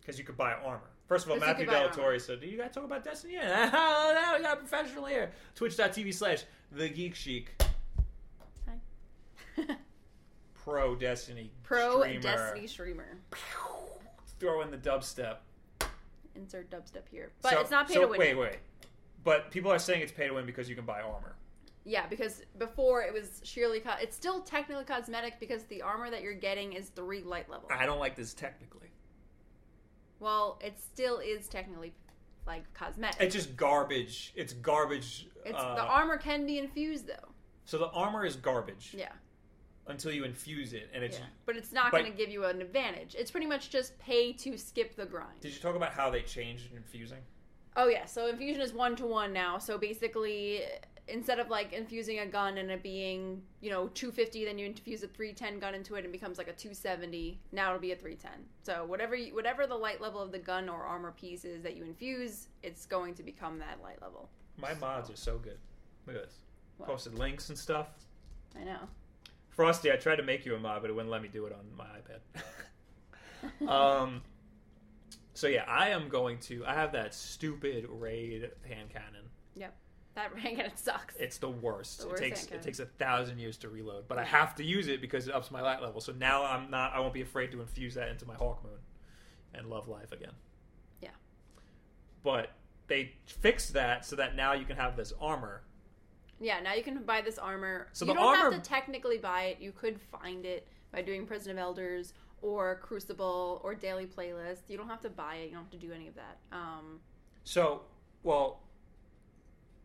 S1: Because you could buy armor. First of all,
S3: Because
S1: Matthew
S3: you could buy
S1: Del
S3: armor.
S1: Torre said, Do you guys talk about Destiny? Yeah. Oh, now we got a professional here. Twitch.tv slash The Geek Chic. Pro Destiny.
S3: pro
S1: streamer.
S3: destiny streamer
S1: Throw in the dubstep.
S3: insert dubstep here but
S1: So-
S3: it's not pay
S1: so
S3: to win
S1: Wait, wait. But people are saying it's pay to win because you can buy armor.
S3: Yeah, because before it was sheerly. Co- it's still technically cosmetic because the armor that you're getting is three light level.
S1: I don't like this technically.
S3: Well, it still is technically like cosmetic.
S1: It's just garbage. It's garbage.
S3: It's
S1: uh,
S3: the armor can be infused though.
S1: so the armor is garbage
S3: Yeah,
S1: until you infuse it, and it's.
S3: yeah. But it's not
S1: but-
S3: going to give you an advantage. It's pretty much just pay to skip the grind.
S1: Did you talk about how they changed infusing?
S3: Oh yeah, so infusion is one to one now. So basically, instead of like infusing a gun and it being you know two fifty, then you infuse a three ten gun into it and it becomes like a two seventy. Now it'll be a three ten. So whatever you, whatever the light level of the gun or armor piece is that you infuse, it's going to become that light level.
S1: My mods are so good. Look at this.
S3: What?
S1: Posted links and stuff.
S3: I know.
S1: Frosty, I tried to make you a mod, but it wouldn't let me do it on my iPad. um, so yeah, I am going to. I have that stupid raid hand cannon.
S3: That rank and it sucks.
S1: It's the worst.
S3: The worst
S1: it takes
S3: hand cannon.
S1: it takes a thousand years to reload, but I
S3: Yeah.
S1: have to use it because it ups my light level. So now I'm not. I won't be afraid to infuse that into my Hawk Moon, and love life again.
S3: Yeah.
S1: But they fixed that so that now you can have this armor.
S3: Yeah, now you can buy this armor.
S1: So
S3: you
S1: the
S3: don't
S1: armor-
S3: have to technically buy it. You could find it by doing Prison of Elders or Crucible or Daily Playlist. You don't have to buy it. You don't have to do any of that. Um,
S1: So well.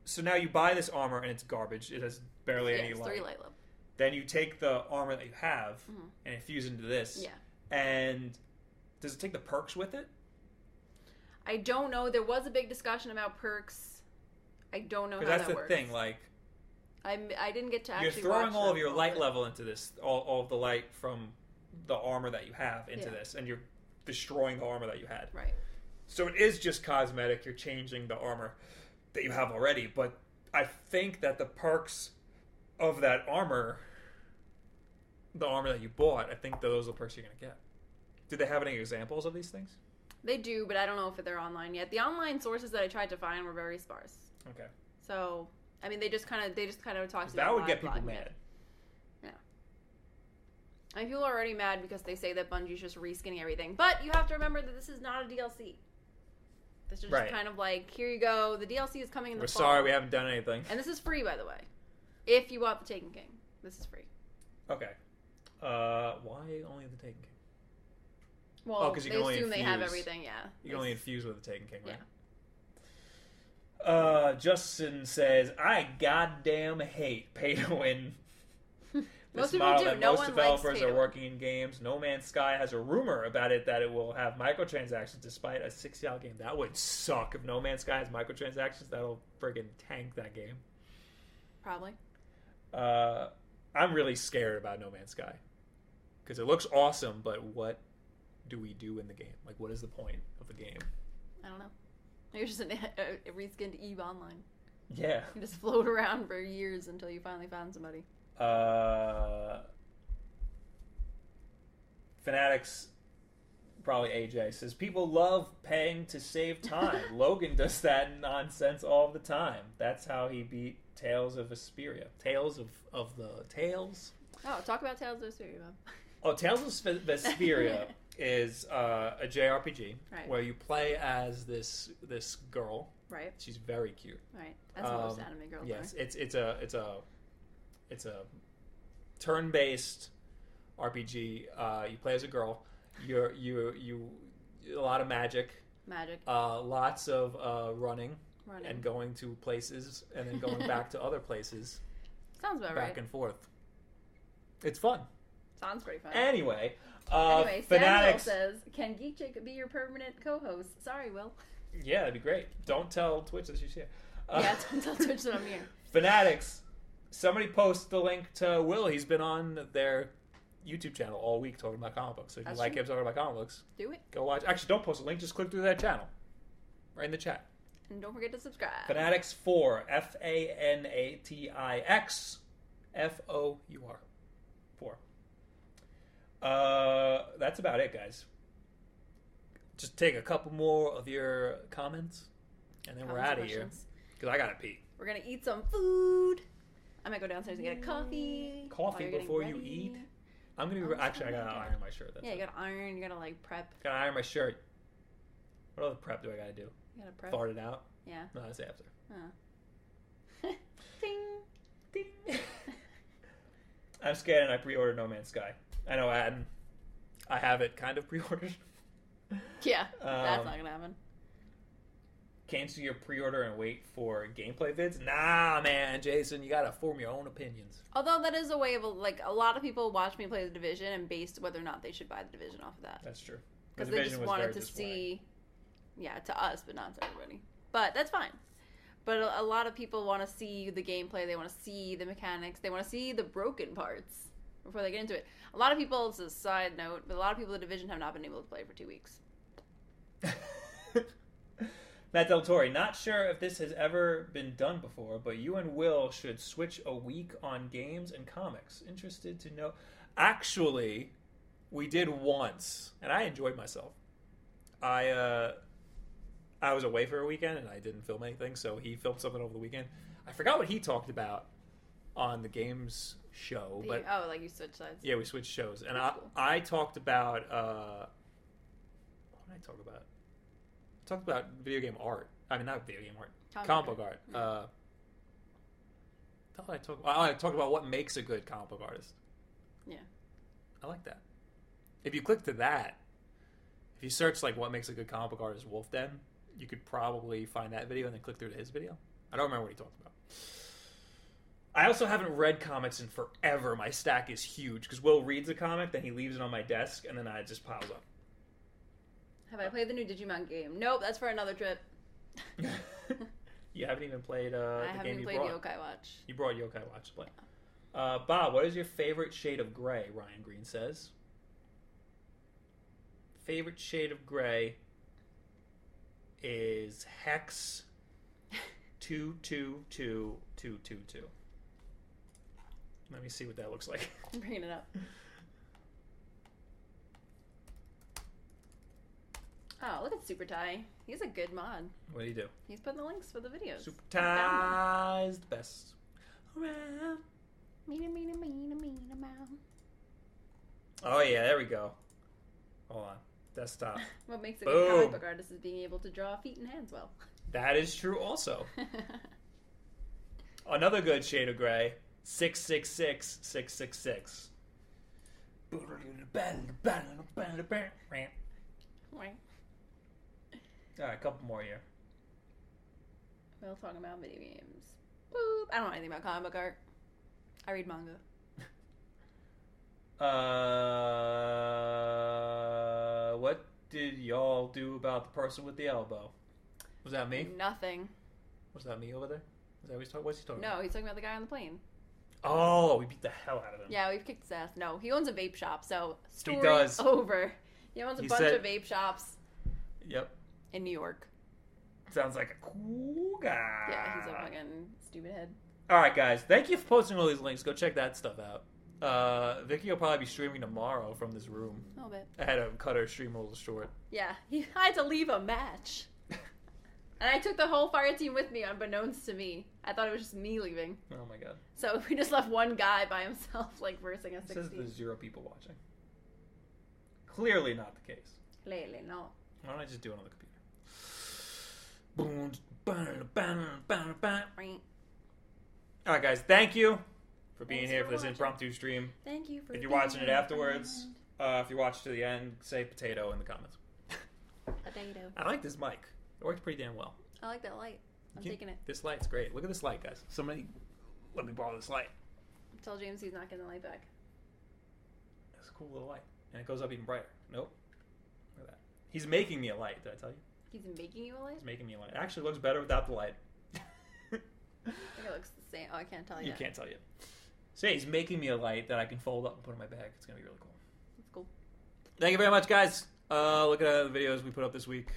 S1: So now you buy this armor and it's garbage. It has barely
S3: yeah,
S1: any
S3: it's
S1: light.
S3: three light level.
S1: Then you take the armor that you have
S3: Mhm.
S1: and infuse into this.
S3: Yeah.
S1: And does it take the perks with it?
S3: I don't know. There was a big discussion about perks. I don't know how
S1: Because that's
S3: that
S1: the
S3: works.
S1: thing. Like
S3: I'm, I didn't get to actually.
S1: you're throwing
S3: watch
S1: all of
S3: that
S1: your
S3: whole
S1: light
S3: thing.
S1: level into this, all, all of the light from the armor that you have into
S3: Mm-hmm. Yeah.
S1: this, and you're destroying the armor that you had.
S3: Right.
S1: So it is just cosmetic. You're changing the armor that you have already, but I think that the perks of that armor, the armor that you bought, I think those are the perks you're gonna get. Did they have any examples of these things?
S3: They do, but I don't know if they're online yet. The online sources that I tried to find were very sparse.
S1: Okay.
S3: So I mean, they just kind of they just kind of talked.
S1: That
S3: about
S1: would get
S3: live
S1: people
S3: blogging
S1: mad.
S3: it. I mean, people are already mad because they say that Bungie's just reskinning everything. But you have to remember that this is not a DLC. This is just
S1: Right.
S3: kind of like, here you go. The DLC is coming in the
S1: We're
S3: fall.
S1: sorry we haven't done anything.
S3: and this is free, by the way. If you want the Taken King, this is free.
S1: Okay. Uh, why only the Taken King?
S3: Well,
S1: Oh, 'cause you
S3: they
S1: can only
S3: assume they have
S1: infuse-
S3: everything. Yeah,
S1: You can only
S3: It's-
S1: infuse with the Taken King, right? Uh, Justin says, I goddamn hate pay to win.
S3: Most
S1: This
S3: people
S1: model
S3: do.
S1: that
S3: No
S1: most
S3: one likes
S1: developers
S3: pay-to-win.
S1: are working in games. No Man's Sky has a rumor about it that it will have microtransactions despite a 60 hour game. That would suck if No Man's Sky has microtransactions. That'll friggin' tank that game.
S3: probably.
S1: Uh, I'm really scared about No Man's Sky because it looks awesome, but what do we do in the game? Like, what is the point of the game?
S3: I don't know. You're just an, e, a, a reskinned Eve Online.
S1: Yeah.
S3: You just float around for years until you finally found somebody.
S1: Uh, Fanatics, probably AJ, says people love paying to save time. Logan does that nonsense all the time. That's how he beat Tales of Vesperia. Tales of, of the Tales.
S3: Oh, talk about Tales of Syria, Mom.
S1: Oh, Tales of Sp- Vesperia is uh, a JRPG
S3: Right.
S1: where you play as this this girl.
S3: Right,
S1: She's very cute.
S3: right. That's most
S1: Um,
S3: anime girls
S1: yes, it's it's a it's a it's a turn based RPG. Uh, you play as a girl. You're you you a lot of magic.
S3: are. Magic,
S1: Uh, lots of uh, running,
S3: running.
S1: and going to places and then going back to other places,
S3: Sounds about
S1: back
S3: right.
S1: and forth. It's fun.
S3: Sounds pretty fun.
S1: Anyway, uh,
S3: anyway,
S1: fanatics.
S3: Samuel says, "Can Geek Chick be your permanent co-host?" Sorry, Will.
S1: Yeah, that'd be great. Don't tell Twitch that she's here. Uh,
S3: yeah, don't tell Twitch that I'm here.
S1: Fanatics. Somebody post the link to Will. He's been on their YouTube channel all week talking about comic books. So if
S3: That's
S1: you like
S3: true.
S1: him talking about comic books,
S3: Do it,
S1: go watch. Actually, don't post a link. Just click through that channel, right in the chat.
S3: and don't forget to subscribe.
S1: Fanatics four. F A N A T I X F O U R four. Uh, that's about it, guys. Just take a couple more of your comments, and then we're
S3: Comments
S1: out
S3: or
S1: of here.
S3: questions.
S1: Because I gotta pee.
S3: We're gonna eat some food. I might go downstairs and get a coffee. while
S1: Coffee
S3: you're getting
S1: before you
S3: ready.
S1: eat? I'm gonna
S3: Oh,
S1: be, actually. I
S3: sorry.
S1: gotta iron my shirt. That's
S3: yeah,
S1: it.
S3: you gotta iron. You gotta like prep.
S1: gotta iron my shirt. What other prep do I gotta do?
S3: You gotta prep.
S1: Fart it out?
S3: Yeah.
S1: No, that's after.
S3: Huh. Ding.
S1: I'm scared, and I pre-ordered No Man's Sky. I know, and I have it kind of pre-ordered.
S3: Yeah, that's
S1: Um,
S3: not gonna happen.
S1: Cancel your pre-order and wait for gameplay vids? Nah, man, Jason, you gotta form your own opinions.
S3: Although that is a way of like a lot of people watch me play the division and based whether or not they should buy the division off of that
S1: That's true. The
S3: because they
S1: Division
S3: just
S1: was
S3: wanted
S1: very
S3: to
S1: disappointing.
S3: see, yeah, to us but not to everybody. But that's fine. But a, a lot of people want to see the gameplay. They want to see the mechanics. They want to see the broken parts before they get into it. A lot of people. It's a side note, but a lot of people in the division have not been able to play for two weeks.
S1: Matt Del Torre, not sure if this has ever been done before, but you and Will should switch a week on games and comics. Interested to know. Actually, we did once, and I enjoyed myself. I uh, I was away for a weekend and I didn't film anything, so he filmed something over the weekend. I forgot what he talked about on the games show,
S3: The-
S1: but
S3: oh, like you switched sides.
S1: yeah, we switched shows, and I
S3: That's cool.
S1: I talked about uh, what did I talk about? I talked about video game art. I mean, not video game art,
S3: Comic
S1: comic
S3: book
S1: book art. Uh, thought I talked. I I talked about what makes a good comic book artist.
S3: Yeah.
S1: I like that. If you click to that, if you search like what makes a good comic book artist, Wolf Den, you could probably find that video and then click through to his video. I don't remember what he talked about. I also haven't read comics in forever. My stack is huge because Will reads a comic, then he leaves it on my desk, and then I it just piles up.
S3: Have I played the new Digimon game? Nope, that's for another trip.
S1: you haven't even played uh,
S3: I
S1: the
S3: haven't
S1: game
S3: even
S1: you
S3: played
S1: brought.
S3: Yokai Watch.
S1: You brought Yokai Watch to play. Uh, Bob, what is your favorite shade of gray? Ryan Green says. Favorite shade of gray is hex two two two two two two. Let me see what that looks like.
S3: I'm bringing it up. Oh, look at Super Ty. He's a good mod.
S1: What do you do?
S3: He's putting the links for the videos.
S1: Super
S3: I found
S1: Tie is the best. Around.
S3: Meena, meena, meena, meena, mouse.
S1: Oh yeah, there we go. Hold on, desktop.
S3: What makes a good comic
S1: Boom.
S3: book artist is being able to draw feet and hands well.
S1: That is true. Also,
S3: That's
S1: Another good shade of gray. 666666. All
S3: right.
S1: right, a couple more here.
S3: We'll talk about video games. Boop. I don't know anything about comic book art. I read manga.
S1: Uh, what did y'all do about the person with the elbow? Was that me?
S3: Nothing.
S1: Was that me over there? Is that what he's talking? What's he talking?
S3: No, he's talking about the guy on the plane.
S1: About? Oh, we beat the hell out of him.
S3: Yeah, we've kicked his ass. No, he owns a vape shop, so story
S1: does.
S3: over. He owns a
S1: He
S3: bunch
S1: said-
S3: of vape shops
S1: Yep.
S3: in New York.
S1: Sounds like a cool guy.
S3: Yeah, he's a fucking stupid head.
S1: All right, guys. Thank you for posting all these links. Go check that stuff out. Uh, Vicky will probably be streaming tomorrow from this room.
S3: A little bit.
S1: I had to cut her stream a little short.
S3: Yeah, he I had to leave a match. And I took the whole fire team with me, unbeknownst to me. I thought it was just me leaving.
S1: Oh my god.
S3: So we just left one guy by himself, like versing a
S1: It says
S3: 60.
S1: there's zero people watching. Clearly not the case.
S3: Lately, no.
S1: Why don't I just do it on the computer? Boom, bam, bam, bam, bam.
S3: Right.
S1: All right, guys. Thank you for being
S3: Thanks
S1: here
S3: for
S1: for this
S3: watching.
S1: impromptu stream.
S3: Thank you for
S1: If you're
S3: being
S1: watching it
S3: my
S1: afterwards, uh, if you watch to the end, say potato in the comments.
S3: friend. Potato.
S1: I like this mic. It worked pretty damn well.
S3: I like that light. I'm
S1: You-
S3: taking it.
S1: This light's great. Look at this light, guys. Somebody, let me borrow this light.
S3: Tell James he's not getting the light back.
S1: It's a cool little light, and it goes up even brighter. Nope. Look at that. He's making me a light. Did I tell you?
S3: He's making you a light?
S1: He's making me a light. It actually looks better without the light.
S3: I think it looks the same. Oh, I can't tell
S1: You
S3: yet.
S1: can't tell yet. So yeah, he's making me a light that I can fold up and put in my bag. It's gonna be really cool.
S3: It's cool.
S1: Thank you very much, guys. Uh, look at the videos we put up this week,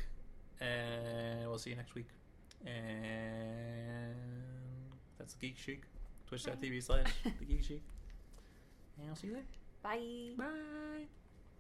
S1: and we'll see you next week. And that's the Geek Chic, twitch.tv slash the Geek Chic. And I'll see you later.
S3: Bye.
S1: Bye.